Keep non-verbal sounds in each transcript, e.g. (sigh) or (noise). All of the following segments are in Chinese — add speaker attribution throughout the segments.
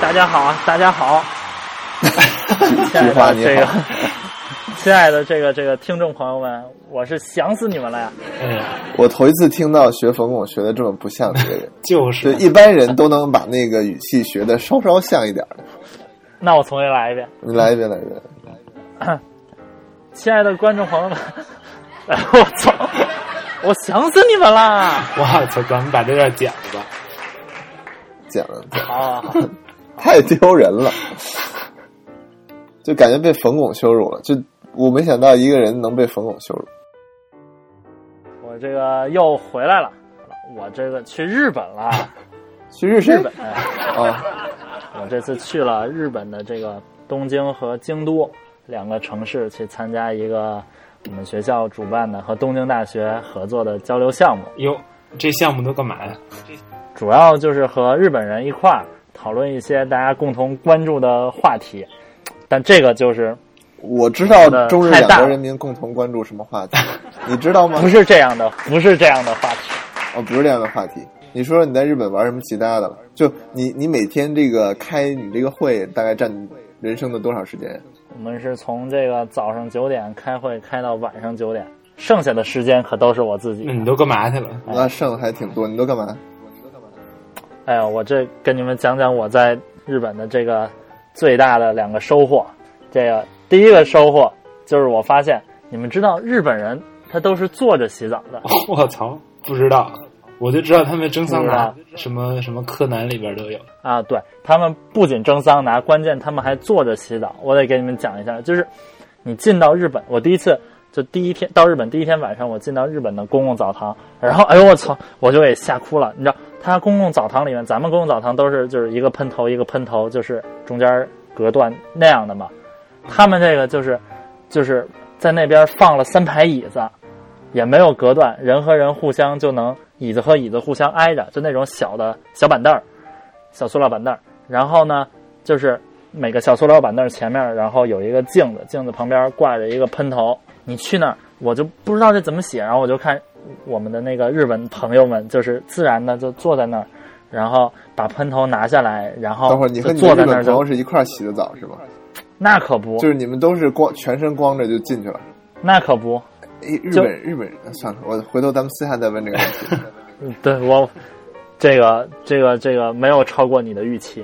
Speaker 1: 大家好，大家好，亲爱
Speaker 2: (laughs) 菊花
Speaker 1: 的
Speaker 2: 你
Speaker 1: 这个 (laughs)
Speaker 2: 好，
Speaker 1: 亲爱的这个这个听众朋友们，我是想死你们了呀！
Speaker 3: 嗯
Speaker 2: 我头一次听到学冯巩学的这么不像的一
Speaker 1: (laughs)
Speaker 2: 个人，
Speaker 3: 就
Speaker 1: 啊
Speaker 2: 就是一般人都能把那个语气学的稍稍像一点儿。
Speaker 1: 那我重新来一遍，
Speaker 2: 你来一遍，来一遍。
Speaker 1: 亲爱的观众朋友们， (laughs) 哎，我操， (laughs) 我想死你们啦！
Speaker 3: 我操，咱们把这段剪了吧。
Speaker 2: 讲了讲，
Speaker 1: 好好好，
Speaker 2: 太丢人了，就感觉被冯巩羞辱了。就我没想到一个人能被冯巩羞辱。
Speaker 1: 我这个又回来了，我这个去日本了，
Speaker 2: 去日
Speaker 1: 日
Speaker 2: 谁
Speaker 1: 本，哎
Speaker 2: 啊，
Speaker 1: 我这次去了日本的这个东京和京都两个城市，去参加一个我们学校主办的和东京大学合作的交流项目，
Speaker 3: 哟，这项目都干嘛呀？
Speaker 1: 主要就是和日本人一块儿讨论一些大家共同关注的话题。但这个就是
Speaker 2: 我知道中日
Speaker 1: 太
Speaker 2: 两
Speaker 1: 大
Speaker 2: 国
Speaker 1: 了
Speaker 2: 人民共同关注什么话题，你
Speaker 1: (laughs)
Speaker 2: 知道吗？
Speaker 1: 不是这样的，不是这样的话题。
Speaker 2: 哦，不是这样的话题。你说说你在日本玩什么其他的了？就你你每天这个开你这个会，大概占你人生的多少时间？
Speaker 1: 我们是从这个早上九点开会开到晚上九点，剩下的时间可都是我自己
Speaker 3: 那。你都干嘛
Speaker 1: (laughs)
Speaker 3: 去了？
Speaker 2: 那剩的还挺多。你都干嘛？
Speaker 1: 哎呀，我这跟你们讲讲我在日本的这个最大的两个收获。这个第一个收获就是我发现，你们知道日本人他都是坐着洗澡的，
Speaker 3: 我操，不知道，我就知道他们蒸桑拿
Speaker 1: 不，
Speaker 3: 什么什么柯南里边都有。
Speaker 1: 啊，对他们不仅蒸桑拿，关键他们还坐着洗澡。我得给你们讲一下，就是你进到日本，我第一次就第一天到日本第一天晚上，我进到日本的公共澡堂，然后哎呦我操，我就给吓哭了。你知道，他公共澡堂里面，咱们公共澡堂都是就是一个喷头一个喷头，就是中间隔断那样的嘛。他们这个就是就是在那边放了三排椅子，也没有隔断，人和人互相就能椅子和椅子互相挨着，就那种小的小板凳儿。小塑料板凳儿，然后呢，就是每个小塑料板凳儿前面儿，然后有一个镜子，镜子旁边儿挂着一个喷头。你去那儿，我就不知道这怎么写，然后我就看我们的那个日本朋友们，就是自然的就坐在那儿，然后把喷头拿下来，然后
Speaker 2: 等会儿你
Speaker 1: 哦就
Speaker 2: 和你
Speaker 1: 坐
Speaker 2: 的
Speaker 1: 在那
Speaker 2: 日本
Speaker 1: 儿就
Speaker 2: 朋友是一块儿洗的澡是吗？
Speaker 1: 那可不，
Speaker 2: 就是你们都是光全身光着就进去了。
Speaker 1: 那可不，
Speaker 2: 哎，日
Speaker 1: 就
Speaker 2: 本日本人算了，我回头咱们私下再问这个问
Speaker 1: (laughs)
Speaker 2: 题。
Speaker 1: 嗯对我这个这个这个没有超过你的预期。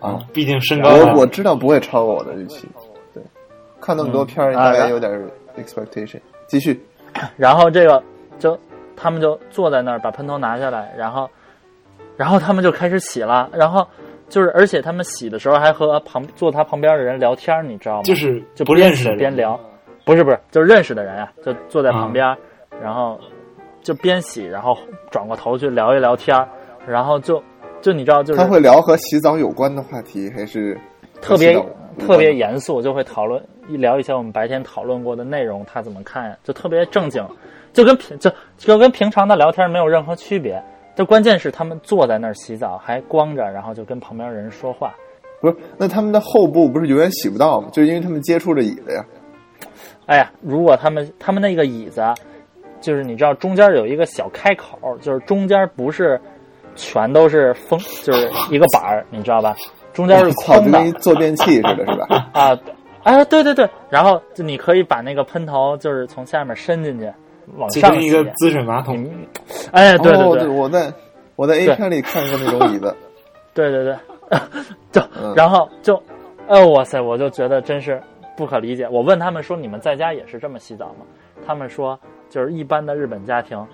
Speaker 2: 啊，
Speaker 3: 毕竟身高
Speaker 2: 我我知道不会超过我的预期。对，看那么多片儿，
Speaker 1: 嗯
Speaker 2: 大
Speaker 1: 啊
Speaker 2: 概
Speaker 1: 然
Speaker 2: 有点 expectation。继续，
Speaker 1: 然后这个就他们就坐在那儿把喷头拿下来，然后然后他们就开始洗了，然后就是而且他们洗的时候还和旁坐他旁边的人聊天儿，你知道吗？
Speaker 3: 就是
Speaker 1: 就
Speaker 3: 不
Speaker 1: 边
Speaker 3: 认识的
Speaker 1: 洗边
Speaker 3: 人，啊
Speaker 1: 聊，不是不是，就是认识的人啊，就坐在旁边儿，然后就边洗，然后转过头去聊一聊天儿，然后就就你知道就是
Speaker 2: 他会聊和洗澡有关的话题，还是
Speaker 1: 特别
Speaker 2: 和洗澡无关的
Speaker 1: 特别严肃，就会讨论一聊一些我们白天讨论过的内容，他怎么看呀？就特别正经，就跟平就就跟平常的聊天没有任何区别。就关键是他们坐在那儿洗澡，还光着，然后就跟旁边人说话。
Speaker 2: 不是？那他们的后部不是永远洗不到吗？就是因为他们接触着椅子呀。
Speaker 1: 哎呀，如果他们他们那个椅子啊，就是你知道中间有一个小开口，就是中间不是全都是封，就是一个板儿，你知道吧？中间是
Speaker 2: 操，
Speaker 1: 空
Speaker 2: 就
Speaker 1: 的
Speaker 2: 跟一坐便器似的，是吧？
Speaker 1: 啊，哎，对对对，然后就你可以把那个喷头就是从下面伸进去，往
Speaker 3: 就
Speaker 1: 上
Speaker 3: 跟一
Speaker 1: 洗。
Speaker 3: 个滋水马桶。
Speaker 1: 嗯，哎， (laughs) 对
Speaker 2: 哦
Speaker 1: 对对
Speaker 2: 对我在我在 A
Speaker 1: 对
Speaker 2: 片里看过那种椅子，
Speaker 1: (laughs) 对对对，就
Speaker 2: 嗯
Speaker 1: 然后就，呃，哇塞，我就觉得真是不可理解。我问他们说，你们在家也是这么洗澡吗？他们说，就是一般的日本家庭，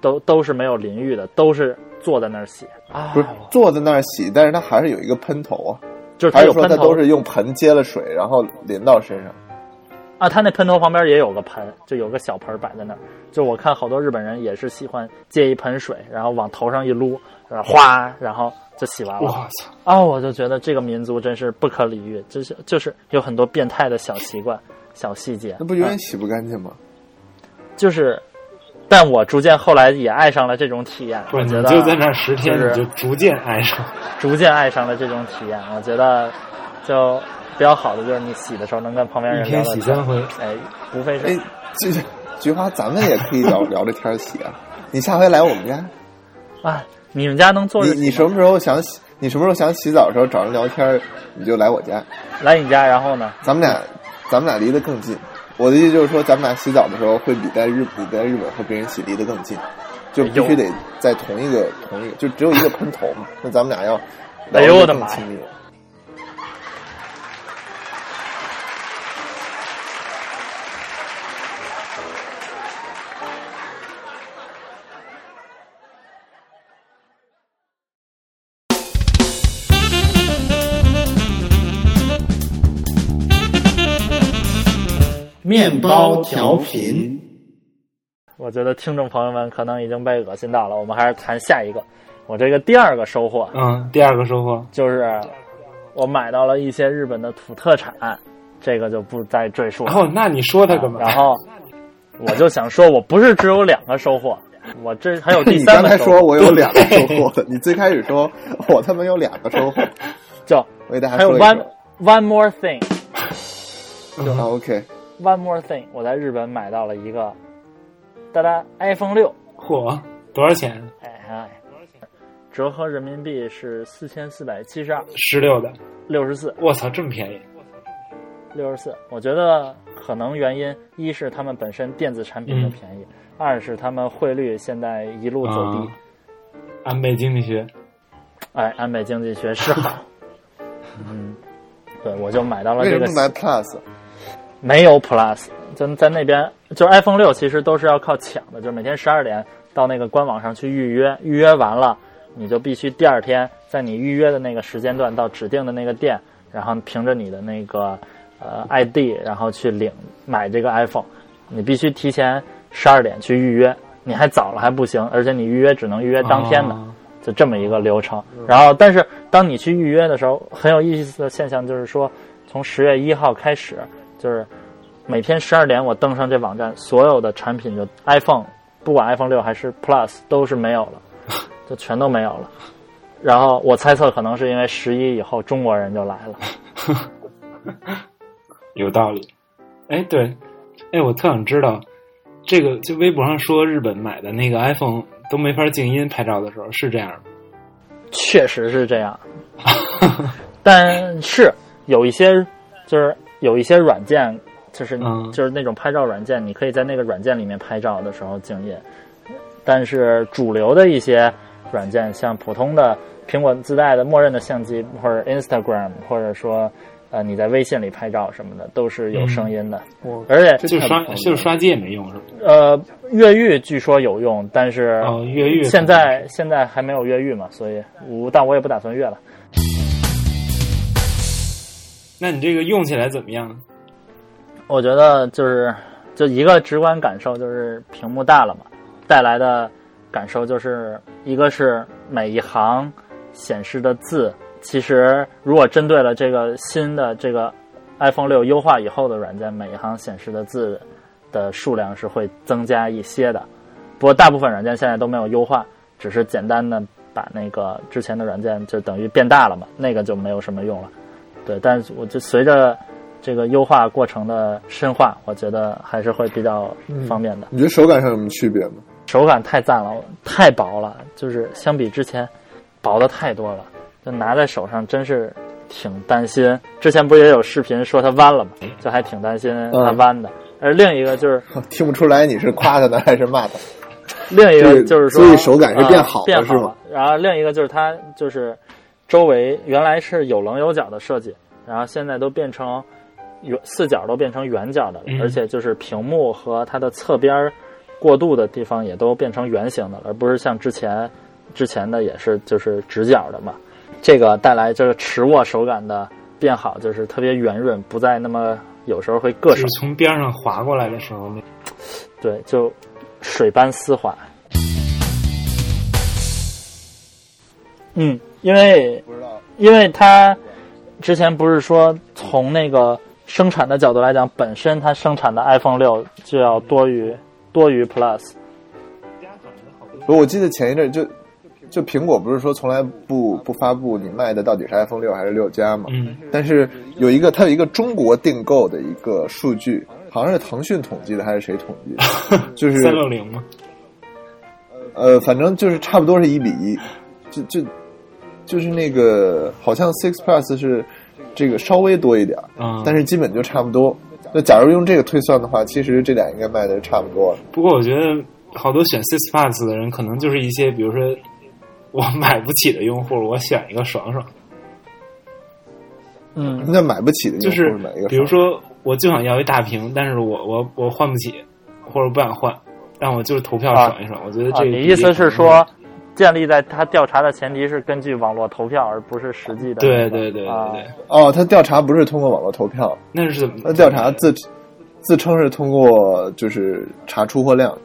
Speaker 1: 都都是没有淋浴的，都是坐在那儿洗啊
Speaker 2: 不，是坐在那儿洗，但是它还是有一个喷头啊，
Speaker 1: 就是它
Speaker 2: 还
Speaker 1: 有
Speaker 2: 是说
Speaker 1: 喷
Speaker 2: 它
Speaker 1: 头
Speaker 2: 都是用盆接了水，然后淋到身
Speaker 1: (laughs)
Speaker 2: 上？
Speaker 1: 啊，他那喷头旁边也有个盆，就有个小盆摆在那儿。就我看好多日本人也是喜欢接一盆水，然后往头上一撸，然后哗，然后就洗完
Speaker 3: 我
Speaker 1: 了。
Speaker 3: 操，
Speaker 1: 啊、我就觉得这个民族真是不可理喻，就是就是有很多变态的小习惯、小细节
Speaker 2: 那。不永远洗不干净吗？
Speaker 1: 就是，但我逐渐后来也爱上了这种体验。
Speaker 3: 不
Speaker 1: 我
Speaker 3: 是你
Speaker 1: 觉
Speaker 3: 就在那
Speaker 1: 得
Speaker 3: 儿十天，
Speaker 1: 就是
Speaker 3: 你就逐渐
Speaker 1: (laughs)
Speaker 3: 爱上。
Speaker 1: 逐渐爱上了这种体验。我觉得就比较好的就是你洗的时候能跟旁边人
Speaker 3: 一
Speaker 1: 聊
Speaker 3: 天
Speaker 1: 聊
Speaker 3: 洗
Speaker 1: 天
Speaker 3: 三回
Speaker 1: 哎，不费
Speaker 2: 哎
Speaker 1: 事。，
Speaker 2: 菊菊花，咱们也可以 (laughs) 聊聊这天儿洗啊。你下回来我们家，
Speaker 1: 啊，你们家能坐着
Speaker 2: 你
Speaker 1: 洗
Speaker 2: 你
Speaker 1: 吗
Speaker 2: 什么时候想洗？你什么时候想洗澡的时候找人聊天儿，你就来我家，
Speaker 1: 来你家，然后呢？
Speaker 2: 咱们俩，咱们俩离得更近。我的意思就是说，咱们俩洗澡的时候会比在日比在日本和别人洗离得更近，就必
Speaker 1: 哎
Speaker 2: 须得在同一个同一个，就只有一个喷头嘛。那咱们俩要
Speaker 1: 哎
Speaker 2: 聊
Speaker 1: 呦我
Speaker 2: 得
Speaker 1: 的
Speaker 2: 更
Speaker 1: 妈呀
Speaker 2: 亲密。
Speaker 3: 面包调频，
Speaker 1: 我觉得听众朋友们可能已经被恶心到了，我们还是谈下一个。我这个第二个收获
Speaker 3: 嗯，第二个收获，
Speaker 1: 就是，我买到了一些日本的土特产，这个就不再赘述了。
Speaker 3: 哦，那你说他干嘛？
Speaker 1: 然后我就想说，我不是只有两个收获，我这还有第
Speaker 2: (laughs) 你
Speaker 1: 三
Speaker 2: 刚
Speaker 1: 个
Speaker 2: 才
Speaker 1: 收
Speaker 2: 说
Speaker 1: 获，
Speaker 2: 我有两个收获，你最开始说我他妈有两个收获，
Speaker 1: 叫
Speaker 2: 我给大家
Speaker 1: 还有
Speaker 2: 说一
Speaker 1: one
Speaker 2: 说。
Speaker 1: one more thing。
Speaker 2: 啊
Speaker 3: 嗯
Speaker 2: ，OK，
Speaker 1: One more thing，我在日本买到了一个，哒哒 iPhone 六，
Speaker 3: 嚯，多少钱？
Speaker 1: 哎哎，折合人民币是四千四百七十二，
Speaker 3: 十六的，
Speaker 1: 六十四，
Speaker 3: 我操，这么便宜！
Speaker 1: 六十四。我觉得可能原因一是他们本身电子产品就便宜，二是他们汇率现在一路走低，
Speaker 3: 啊安倍经济学，
Speaker 1: 哎，安倍经济学是 (laughs) 好，嗯，对，我就买到了
Speaker 2: 为
Speaker 1: 这
Speaker 2: 什
Speaker 1: 个
Speaker 2: 么不买 Plus？
Speaker 1: 没有 Plus，就在那边，就是 iPhone 六其实都是要靠抢的，就是每天十二点到那个官网上去预约，预约完了，你就必须第二天在你预约的那个时间段到指定的那个店，然后凭着你的那个呃 ID，然后去领买这个 iPhone，你必须提前十二点去预约，你还早了还不行，而且你预约只能预约当天的。
Speaker 3: 啊
Speaker 1: 就这么一个流程。然后，但是当你去预约的时候，很有意思的现象就是说，从十月一号开始，就是每天十二点我登上这网站，所有的产品就 iPhone，不管 iPhone 六还是 Plus 都是没有了，就全都没有了。然后我猜测，可能是因为十一以后中国人就来了。
Speaker 3: 有道理。哎，对，哎，我特想知道，这个就微博上说日本买的那个 iPhone 都没法静音拍照的时候，是这样吗？
Speaker 1: 确实是这
Speaker 3: (laughs)
Speaker 1: 样，但是有一些就是有一些软件，就是、
Speaker 3: 嗯
Speaker 1: 就是那种拍照软件，你可以在那个软件里面拍照的时候静音，但是主流的一些软件，像普通的苹果自带的默认的相机，或者 Instagram，或者说呃你在微信里拍照什么的，都是有声音的，
Speaker 3: 嗯
Speaker 2: 我
Speaker 1: 而且
Speaker 2: 这
Speaker 3: 就
Speaker 2: 太
Speaker 3: 是刷
Speaker 2: 不方便
Speaker 3: 就是刷机也没用是吧？
Speaker 1: 呃越狱据说有用，但是
Speaker 3: 哦，越狱
Speaker 1: 现在现在还没有越狱嘛，所以我但我也不打算越了。
Speaker 3: 那你这个用起来怎么样？
Speaker 1: 我觉得就是就一个直观感受就是屏幕大了嘛，带来的感受就是一个是每一行显示的字，其实如果针对了这个新的这个 iPhone 六优化以后的软件，每一行显示的字的数量是会增加一些的。不过大部分软件现在都没有优化，只是简单的把那个之前的软件就等于变大了嘛，那个就没有什么用了。对，但是我就随着这个优化过程的深化，我觉得还是会比较方便的。
Speaker 2: 你觉得手感上有什么区别吗？ (laughs)
Speaker 1: 手感太赞了，太薄了，就是相比之前薄的太多了，就拿在手上真是挺担心。之前不是也有视频说它弯了嘛，就还挺担心它弯的。而另一个就是
Speaker 2: 听不出来你是夸他呢还是骂他。
Speaker 1: (laughs) 另一
Speaker 2: 对
Speaker 1: 个就是说，
Speaker 2: 所以手感是变好
Speaker 1: 呃
Speaker 2: 了
Speaker 1: 变好
Speaker 2: 是吗
Speaker 1: 然后另一个就是它就是周围原来是有棱有角的设计，然后现在都变成圆四角都变成圆角的了，
Speaker 3: 嗯
Speaker 1: 而且就是屏幕和它的侧边儿过渡的地方也都变成圆形的了，而不是像之前之前的也是就是直角的嘛。这个带来就是持握手感的变好，就是特别圆润，不再那么有时候会硌
Speaker 3: 就是
Speaker 1: 手。
Speaker 3: 从边上划过来的时候，那
Speaker 1: 对，就水般丝滑。嗯，因为
Speaker 2: 不知道，
Speaker 1: 因为它之前不是说从那个生产的角度来讲，本身它生产的 iPhone 六就要多于多于 Plus，
Speaker 2: 不，我记得前一阵就就苹果不是说从来不不发布你卖的到底是 iPhone 六还是六加嘛？
Speaker 3: 嗯，
Speaker 2: 但是有一个它有一个中国订购的一个数据，好像是腾讯统计的还是谁统计
Speaker 3: (laughs)
Speaker 2: 的？就是
Speaker 3: 三六零嘛，
Speaker 2: 呃，反正就是差不多是一比一，就就就是那个好像 Six Plus 是这个稍微多一点儿，
Speaker 3: 嗯，
Speaker 2: 但是基本就差不多。那假如用这个推算的话，其实这俩应该卖的是差不多了。
Speaker 3: 不过我觉得好多选 Six Pass 的人，可能就是一些比如说我买不起的用户，我选一个爽爽。
Speaker 1: 嗯，
Speaker 2: 那买不起的用户
Speaker 3: 就是
Speaker 2: 买一个，
Speaker 3: 比如说我就想要一大屏，但是我我我换不起，或者不想换，但我就是投票
Speaker 1: 啊
Speaker 3: 爽一爽。我觉得
Speaker 1: 啊，
Speaker 3: 这个、
Speaker 1: 你意思是说，建立在他调查的前提是根据网络投票，而不是实际的那
Speaker 3: 对？
Speaker 1: 个？
Speaker 3: 对对对对
Speaker 1: 啊
Speaker 3: 对，
Speaker 2: 哦，他调查不是通过网络投票，
Speaker 3: 那是怎么
Speaker 2: 他调查自自称是通过就是查出货量，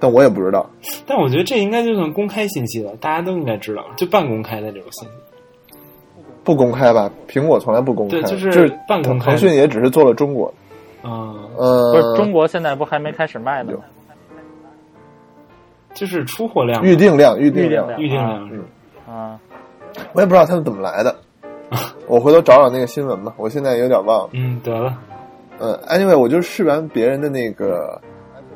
Speaker 2: 但我也不知道。
Speaker 3: 但我觉得这应该就算公开信息了，大家都应该知道，就半公开的这种信息。
Speaker 2: 不公开吧？苹果从来不公开，
Speaker 3: 对就是半公开
Speaker 2: 腾讯也只是做了中国，
Speaker 3: 嗯，
Speaker 2: 呃，
Speaker 1: 不是中国现在不还没开始卖呢吗？
Speaker 3: 就是出货量、
Speaker 2: 预定量，预
Speaker 1: 预
Speaker 2: 定
Speaker 1: 定
Speaker 2: 量，
Speaker 1: 量
Speaker 3: 预定量是
Speaker 2: 嗯
Speaker 3: 吧，
Speaker 1: 啊，
Speaker 2: 我也不知道他们怎么来
Speaker 3: (laughs)
Speaker 2: 的。我回头找找那个新闻吧，我现在有点忘了。
Speaker 3: 嗯，得了，
Speaker 2: 嗯，anyway，我就试完别人的那个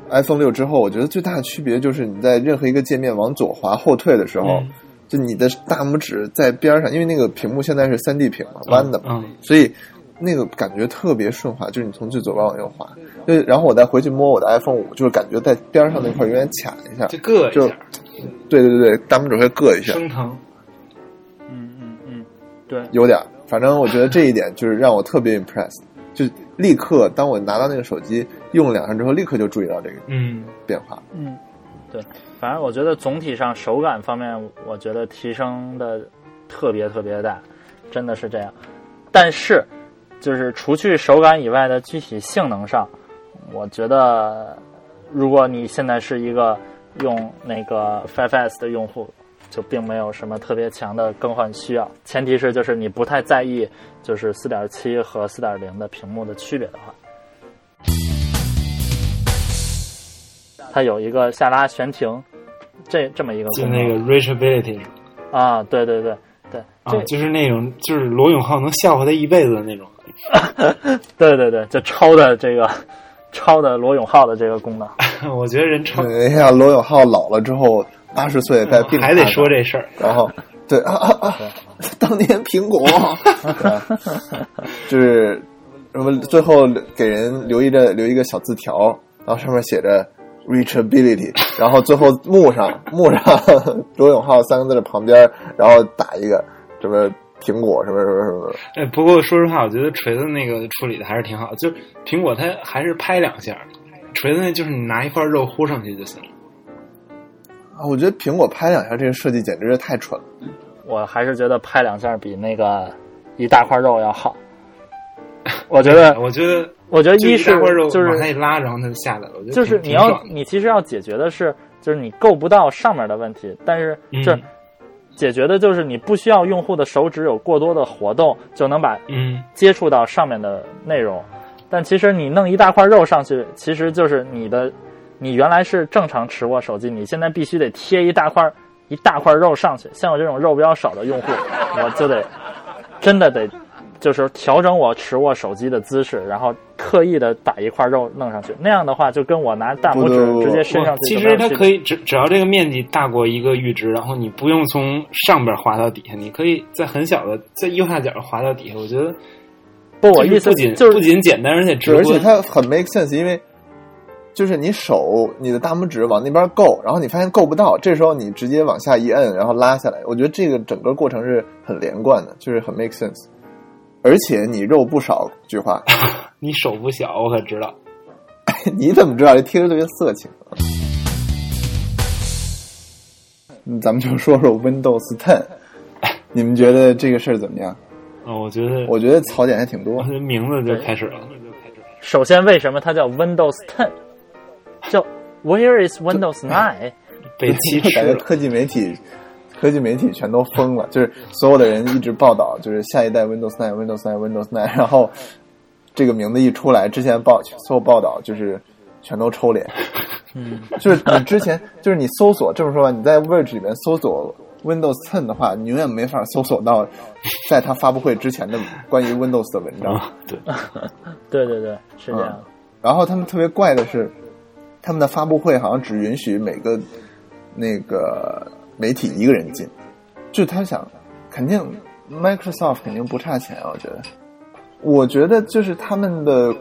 Speaker 2: iPhone 六之后，我觉得最大的区别就是你在任何一个界面往左滑后退的时候，
Speaker 3: 嗯
Speaker 2: 就你的大拇指在边上，因为那个屏幕现在是三 D 屏嘛，弯的嘛，
Speaker 3: 嗯，
Speaker 2: 所以那个感觉特别顺滑，就是你从最左边往右滑。就然后我再回去摸我的 iPhone 五，就是感觉在边上那块永远卡一下，
Speaker 3: 就硌一下，
Speaker 2: 对对对对，大拇指会硌一下，
Speaker 3: 生疼。
Speaker 1: 嗯嗯嗯，对，
Speaker 2: 有点儿。反正我觉得这一点就是让我特别 impressed，就立刻当我拿到那个手机用了两下之后，立刻就注意到这个
Speaker 3: 嗯，
Speaker 2: 变化。
Speaker 1: 嗯，对，反正我觉得总体上手感方面，我觉得提升的特别特别大，真的是这样。但是，就是除去手感以外的具体性能上，我觉得如果你现在是一个用那个 5S 的用户，就并没有什么特别强的更换需要。前提是就是你不太在意就是4.7和4.0的屏幕的区别的话。它有一个下拉悬停，这这么一个
Speaker 3: 就
Speaker 1: 功能
Speaker 3: 那个 reachability 是吧
Speaker 1: 啊，对对对对，
Speaker 3: 啊
Speaker 1: 这、，
Speaker 3: 就是那种就是罗永浩能笑话他一辈子的那种。 (laughs)
Speaker 1: 对对对，就抄的这个 (laughs) 抄的罗永浩的这个功能，
Speaker 3: 我觉得人超
Speaker 2: 等一下，哎罗永浩老了之后，八十岁在病
Speaker 3: 还得说，这事儿，
Speaker 2: 然后对啊啊啊，当年苹 (laughs) 果，就是什么最后给人留一个留一个小字条，然后上面写着 reachability，然后最后幕上幕上 (laughs) 罗永浩三个字的旁边，然后打一个什么苹果什么什么什么，
Speaker 3: 哎，不过说实话，我觉得锤子那个处理的还是挺好，就是苹果它还是拍两下，锤子那就是你拿一块肉糊上去就行了。
Speaker 2: 啊，我觉得苹果拍两下这个设计简直是太蠢了。
Speaker 1: 我还是觉得拍两下比那个一大块肉要好。我觉
Speaker 3: (laughs)
Speaker 1: 得，
Speaker 3: 我觉得，
Speaker 1: 我觉得
Speaker 3: 就
Speaker 1: 呃一
Speaker 3: 一
Speaker 1: 是
Speaker 3: 大块肉
Speaker 1: 就是
Speaker 3: 往下一拉，然后它就下来了。我觉得
Speaker 1: 就是
Speaker 3: 挺
Speaker 1: 你要
Speaker 3: 挺爽的
Speaker 1: 你其实要解决的是，就是你够不到上面的问题，但是这
Speaker 3: 嗯
Speaker 1: 解决的就是你不需要用户的手指有过多的活动就能把
Speaker 3: 嗯，
Speaker 1: 接触到上面的内容，但其实你弄一大块肉上去，其实就是你的，你原来是正常持握手机，你现在必须得贴一大块一大块肉上去。像我这种肉比较少的用户，我就得真的得就是调整我持握手机的姿势，然后刻意的把一块肉弄上去。那样的话，就跟我拿大拇
Speaker 2: 不不不
Speaker 1: 指直接伸上
Speaker 3: 我
Speaker 1: 去
Speaker 3: 其
Speaker 1: 就没有
Speaker 3: 实
Speaker 1: 区别。
Speaker 3: 它可以只只要这个面积大过一个阈值，然后你不用从上边滑到底下，你可以在很小的在右下角滑到底下。我觉得
Speaker 1: 不，我
Speaker 3: 就是
Speaker 1: 意思
Speaker 3: 不仅
Speaker 1: 就
Speaker 3: 不
Speaker 1: 是
Speaker 3: 仅简单，而且直
Speaker 2: 对，
Speaker 3: 观。
Speaker 2: 而且它很 make sense，因为就是你手你的大拇指往那边够，然后你发现够不到，这时候你直接往下一摁，然后拉下来。我觉得这个整个过程是很连贯的，就是很 make sense。而且你肉不少，菊花，
Speaker 3: 你手不小，我可知道。
Speaker 2: (laughs) 你怎么知道？这听着特别色情。啊嗯咱们就说说 Windows Ten，你们觉得这个事儿怎么样？
Speaker 3: 啊，我觉得
Speaker 2: 我觉得槽点还挺多
Speaker 3: 我。的名字就开始了。
Speaker 1: 首先为什么它叫 Windows Ten？就 Where is Windows Nine？
Speaker 3: 被
Speaker 2: (laughs)
Speaker 3: 歧视
Speaker 2: 感觉
Speaker 3: 了。
Speaker 2: 科技媒体，科技媒体全都疯了，就是所有的人一直报道，就是下一代 Windows 9、Windows 9、Windows 9，然后这个名字一出来，之前报所有报道就是全都抽脸，
Speaker 1: 嗯，
Speaker 2: 就是你之前就是你搜索这么说吧，你在 Verge 里面搜索 Windows 10的话，你永远没法搜索到在它发布会之前的关于 Windows 的文章。
Speaker 3: 啊， (laughs)
Speaker 1: 对
Speaker 3: 对，
Speaker 1: 对对，是这样的。
Speaker 2: 然后他们特别怪的是，他们的发布会好像只允许每个那个媒体一个人进，就他想肯定 Microsoft 肯定不差钱啊，我觉得。我觉得就是他们的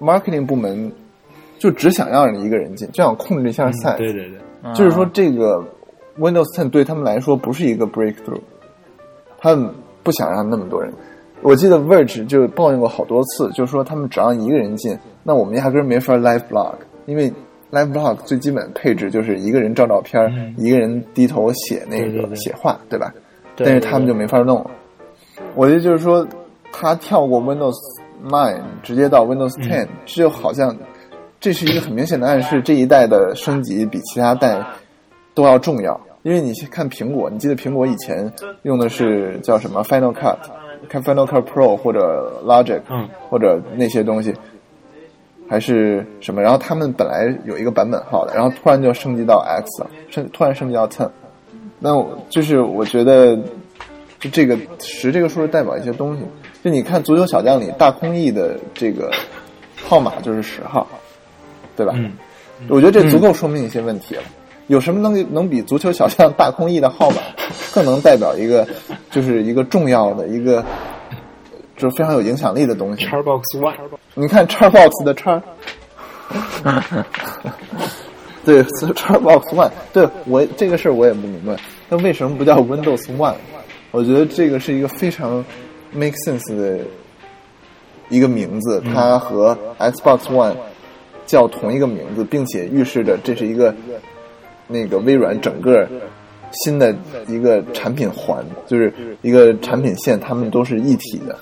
Speaker 2: marketing 部门就只想让你一个人进，就想控制一下
Speaker 3: 嗯
Speaker 2: size，、
Speaker 3: 对对对，
Speaker 1: 嗯
Speaker 2: 就是说，这个 Windows 10对他们来说不是一个 breakthrough，他们不想让那么多人。我记得 Verge 就抱怨过好多次，就是说他们只让一个人进，那我们压根儿没法 live blog，因为 live blog 最基本配置就是一个人照照片儿，
Speaker 3: 嗯
Speaker 2: 一个人低头写那个
Speaker 3: 对对对
Speaker 2: 写话，对吧？
Speaker 1: 对
Speaker 2: 但是他们就
Speaker 1: 对
Speaker 2: 没法弄了。我觉得就是说，他跳过 Windows Nine 直接到 Windows
Speaker 1: 嗯
Speaker 2: Ten，、这就好像这是一个很明显的暗示，这一代的升级比其他代都要重要。因为你去看苹果，你记得苹果以前用的是叫什么 Final Cut、看 Final Cut Pro 或者 Logic，
Speaker 3: 嗯，
Speaker 2: 或者那些东西，还是什么？然后他们本来有一个版本号的，然后突然就升级到 X 了，升突然升级到 Ten。那我就是我觉得，就这个十这个数是代表一些东西。就你看足球小将里大空翼的这个号码就是十号，对吧？
Speaker 3: 嗯
Speaker 2: 我觉得这足够说明一些问题了。有什么能能比足球小将大空翼的号码更能代表一个，就是一个重要的一个，就是非常有影响力的东西？
Speaker 3: ，Xbox One，
Speaker 2: 你看叉 box 的叉，对，叉 box one，对我这个事儿我也不明白，那为什么不叫 Windows One？我觉得这个是一个非常 make sense 的一个名字，它和 Xbox One 叫同一个名字，并且预示着这是一个那个微软整个新的一个产品环，就是一个产品线，它们都是一体的。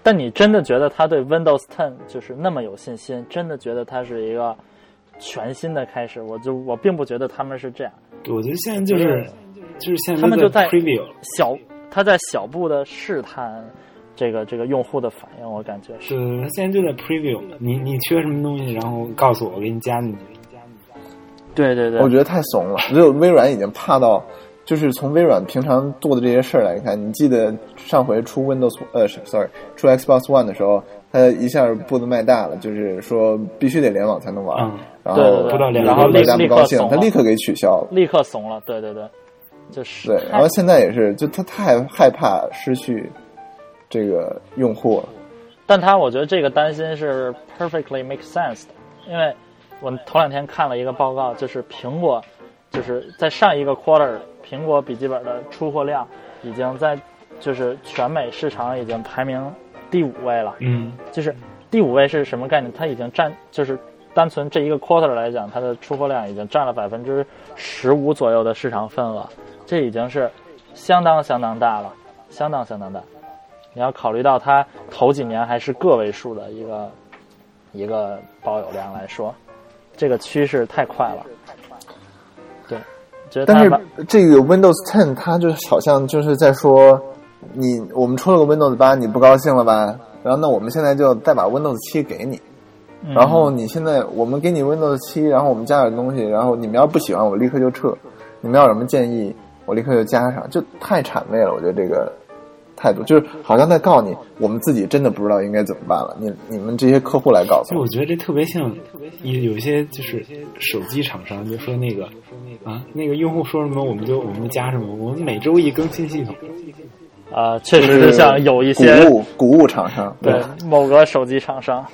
Speaker 1: 但你真的觉得他对 Windows 10就是那么有信心？真的觉得它是一个全新的开始？我就我并不觉得他们是这样，
Speaker 3: 对我觉得现在就是就是现在
Speaker 1: 他们
Speaker 3: 都
Speaker 1: 就在
Speaker 3: preview 了，
Speaker 1: 小他在小步的试探这个这个用户的反应，我感觉是。
Speaker 3: 是他现在就在 preview，你你缺什么东西，然后告诉我，我给你加进去。
Speaker 1: 对对对，
Speaker 2: 我觉得太怂了，只有微软已经怕到，就是从微软平常做的这些事儿来看，你记得上回出 Windows 呃是，sorry 出 Xbox One 的时候，它一下步子迈大了，就是说必须得联网才能玩，
Speaker 3: 嗯
Speaker 2: 然
Speaker 1: 对
Speaker 2: 后
Speaker 1: 对对
Speaker 3: 不到联
Speaker 2: 然
Speaker 3: 网
Speaker 2: 后大家
Speaker 1: 立
Speaker 2: 不高兴
Speaker 1: 立刻怂，了
Speaker 2: 他立刻给取消了。
Speaker 1: 立刻怂了，对对对，就是
Speaker 2: 对，然
Speaker 1: 他
Speaker 2: 后现在也是，就他太害怕失去这个用户了。
Speaker 1: 但他我觉得这个担心是 perfectly make sense 的，因为我头两天看了一个报告，就是苹果就是在上一个 quarter，苹果笔记本的出货量已经在就是全美市场已经排名第五位了，
Speaker 3: 嗯，
Speaker 1: 就是第五位是什么概念？它已经占就是单纯这一个 quarter 来讲，它的出货量已经占了百分之十五左右的市场份额，这已经是相当相当大了，相当相当大。你要考虑到它头几年还是个位数的一个一个保有量来说，这个趋势太快了。对，觉得它
Speaker 2: 但是
Speaker 1: 把
Speaker 2: 这个 Windows 10它就好像就是在说，你我们出了个 Windows 八，你不高兴了吧？然后那我们现在就再把 Windows 七给你，
Speaker 1: 嗯
Speaker 2: 然后你现在我们给你 Windows 七，然后我们加点东西，然后你们要不喜欢我立刻就撤，你们要有什么建议我立刻就加上，就太谄媚了，我觉得这个态度就是好像在告你，我们自己真的不知道应该怎么办了，你你们这些客户来告诉
Speaker 3: 就
Speaker 2: 我
Speaker 3: 我，觉得这特别像，有有一些就是手机厂商就说那个啊，那个用户说什么我们就我们就加什么，我们每周一更新系统。
Speaker 1: 呃，确实是像有一些
Speaker 2: 鼓舞鼓舞厂商，
Speaker 1: 对某个手机厂商。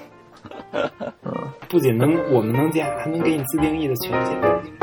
Speaker 3: 不仅能我们能加，还能给你自定义的权限。